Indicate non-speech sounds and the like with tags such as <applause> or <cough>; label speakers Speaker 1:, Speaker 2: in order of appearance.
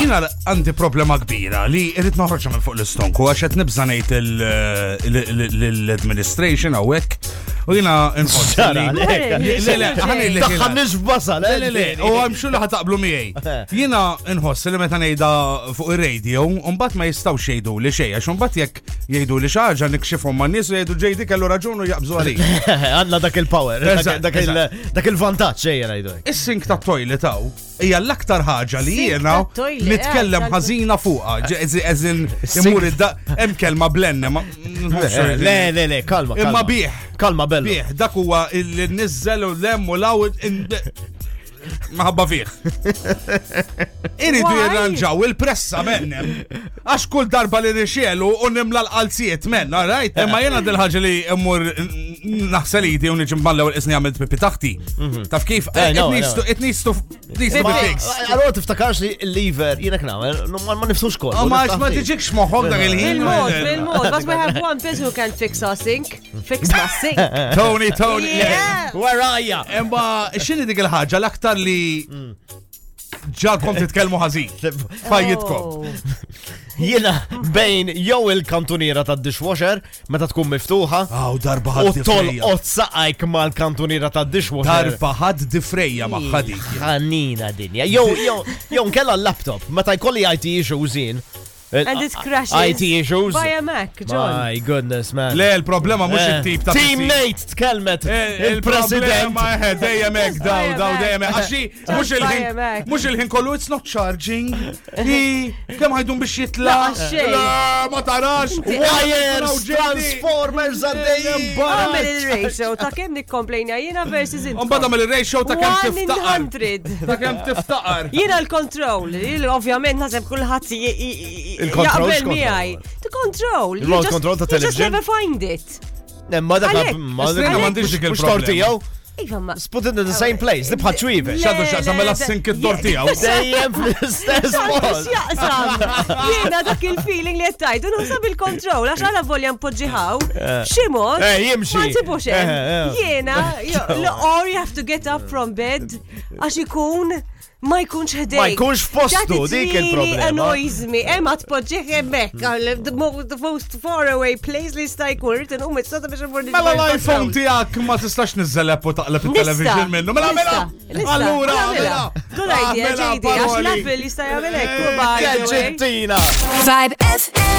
Speaker 1: jina għandi problema kbira li irrit noħroċa minn fuq l-istonku għax qed nibża ngħid l-administration għawek u jina nħoċ.
Speaker 2: Daħħan nixbasa, le,
Speaker 1: Le, le, u
Speaker 2: <laughs>
Speaker 1: għam xullu ħataqblu miegħi. Jina nħoss li meta ngħidha fuq ir-radio, mbagħad ma jistgħux jgħidu li xejn għax mbagħad jekk jgħidu li xi ħaġa nikxifhom man nies u jgħidu ġejdi kellu raġun u jaqbżu għalik.
Speaker 2: Għanna dak il-power,
Speaker 1: Eżatt,
Speaker 2: dak- dak il- dak il-vantaġġ xejja ngħidu. hekk.
Speaker 1: Is-sink ta' toilet taw hija l-aktar ħaġa li
Speaker 3: Sink
Speaker 1: jiena
Speaker 3: ta' toilet,
Speaker 1: nitkellem
Speaker 3: eh,
Speaker 1: ħażina
Speaker 3: <laughs>
Speaker 1: fuqha. Ġe- eżi- Eżin
Speaker 2: Sink-
Speaker 1: imur id-da hemm kelma blenne
Speaker 3: <laughs>
Speaker 1: ma nħossha li-
Speaker 2: Le, le, le, kalma.
Speaker 1: Imma
Speaker 2: kalma.
Speaker 1: bih.
Speaker 2: Kalma bello.
Speaker 1: Bih, dak huwa il nizzel u lem u law in- maħabba fih. Iridu
Speaker 3: Why?
Speaker 1: jirranġaw il-pressa mennem. Għax kull darba li rixielu u nimla l-qalzijiet men, all right? Imma jena dil-ħagġa li immur naħsaliti u nġimballew l-isni għamilt pipi taħti. Taf kif?
Speaker 2: Eh, no, no.
Speaker 1: It needs to be
Speaker 2: Ma-
Speaker 1: fixed.
Speaker 2: Allora tiftakarx li l-liver, jinek namer, ma ma nifsux kol.
Speaker 1: Ma ma ma tiġikx moħħok dak il-ħin.
Speaker 2: <laughs>
Speaker 3: Fil-mod, fil-mod, but we have one person who can fix our sink. Fix my
Speaker 2: <laughs>
Speaker 3: sink.
Speaker 1: Tony, Tony.
Speaker 3: Yeah.
Speaker 2: Warajja!
Speaker 1: Imma xini dik il-ħagġa l-aktar li ġalkom titkelmu ħażin. Fajjitkom.
Speaker 3: Oh.
Speaker 2: Jena bejn jew il-kantuniera tad dishwasher meta tkun miftuħa
Speaker 1: Aw, darba
Speaker 2: u
Speaker 1: ħad difrejja.
Speaker 2: tolqot saqajk mal-kantuniera tad dishwasher.
Speaker 1: Darba ħad difrejja maħħa dik.
Speaker 2: ħanina dinja. Jow, jow, jow, nkella l-laptop, meta jkolli IT issues in. Eh,
Speaker 3: And
Speaker 2: <laughs>
Speaker 3: it crashes.
Speaker 2: IT issues.
Speaker 3: By a Mac, John.
Speaker 2: My goodness, man.
Speaker 1: Le, il-problema mux
Speaker 2: Eh,
Speaker 1: il-tip ta' Eh,
Speaker 2: Teammate tkellmet. Il-president.
Speaker 1: Ma eh,
Speaker 3: <laughs>
Speaker 1: dejjem hekk daw
Speaker 3: Just
Speaker 1: daw
Speaker 3: buy a
Speaker 1: dejjem hekk.
Speaker 3: Mac.
Speaker 1: Għaxi
Speaker 3: Just
Speaker 1: mhux
Speaker 3: buy a
Speaker 1: il-ħin
Speaker 3: Mac.
Speaker 1: mhux il-ħin kollu it's not charging. I kemm ħajdun biex jitla?
Speaker 3: Laqas xejn.
Speaker 1: La, ma tarax.
Speaker 2: Wires,
Speaker 1: transform.
Speaker 2: Transformers,
Speaker 1: Eh,
Speaker 2: għaddejjem
Speaker 3: Għamil
Speaker 2: <laughs> barra.
Speaker 3: il-ratio ta' kem nikkomplejna jina versus inti.
Speaker 1: Mbada mill-ratio ta' kemm
Speaker 3: 1 in
Speaker 1: tiftaqar.
Speaker 3: 100.
Speaker 1: Ta' kemm tiftaqar.
Speaker 3: Jina l-control, il- ovvjament nasib kullħat j- j- j-
Speaker 2: Il-control
Speaker 3: jaqbel
Speaker 2: x'control?
Speaker 3: miħaj. The control. you
Speaker 2: Remote
Speaker 3: just-
Speaker 2: control ta'
Speaker 3: you just
Speaker 2: television?
Speaker 3: never find it.
Speaker 2: Nemma dak
Speaker 3: Għalek,
Speaker 1: Strina m'għandix dik il-problema.
Speaker 3: Iva ma.
Speaker 2: Put it in the same place, dibħa ċwivex.
Speaker 1: Xadu xaqsa mela
Speaker 3: Le, le,
Speaker 1: s-sink id-dor
Speaker 3: le. <laughs>
Speaker 1: tiegħu.
Speaker 2: Dejjem fl-istess
Speaker 3: Sandwich
Speaker 2: post.
Speaker 3: jaqsam.
Speaker 2: <laughs>
Speaker 3: Jiena dak il-feeling li jettajt, unħusab il-kontrol, għax għana volja mpoġġiħaw. Ximot.
Speaker 2: Eh, jimxi.
Speaker 3: Ma nsibux hemm.
Speaker 2: Eh, eh.
Speaker 3: Jiena,
Speaker 2: <laughs>
Speaker 3: jo- l- or you have to get up from bed, għax ikun ma jkunx ħdejk.
Speaker 2: Ma jkunx fostu,
Speaker 3: That
Speaker 2: dik eh?
Speaker 3: really
Speaker 2: il-problema.
Speaker 3: annoys me. Emma tpoġġiħ hemmhekk, għal- the mo- the most far away place li sta jkun written u mitzata biex nfur
Speaker 1: Mela l-iPhone tijak ma tistax nizzalep u taqleb il-television minnu. Mela mela! Allura! mela.
Speaker 2: Ah,
Speaker 3: Good idea,
Speaker 1: Mela,
Speaker 3: ġejdi, għax
Speaker 1: paroli.
Speaker 3: l-Apple jista' jagħmel hekk.
Speaker 1: Eh,
Speaker 3: by the way.
Speaker 2: Ġentina.
Speaker 4: Vibe FM.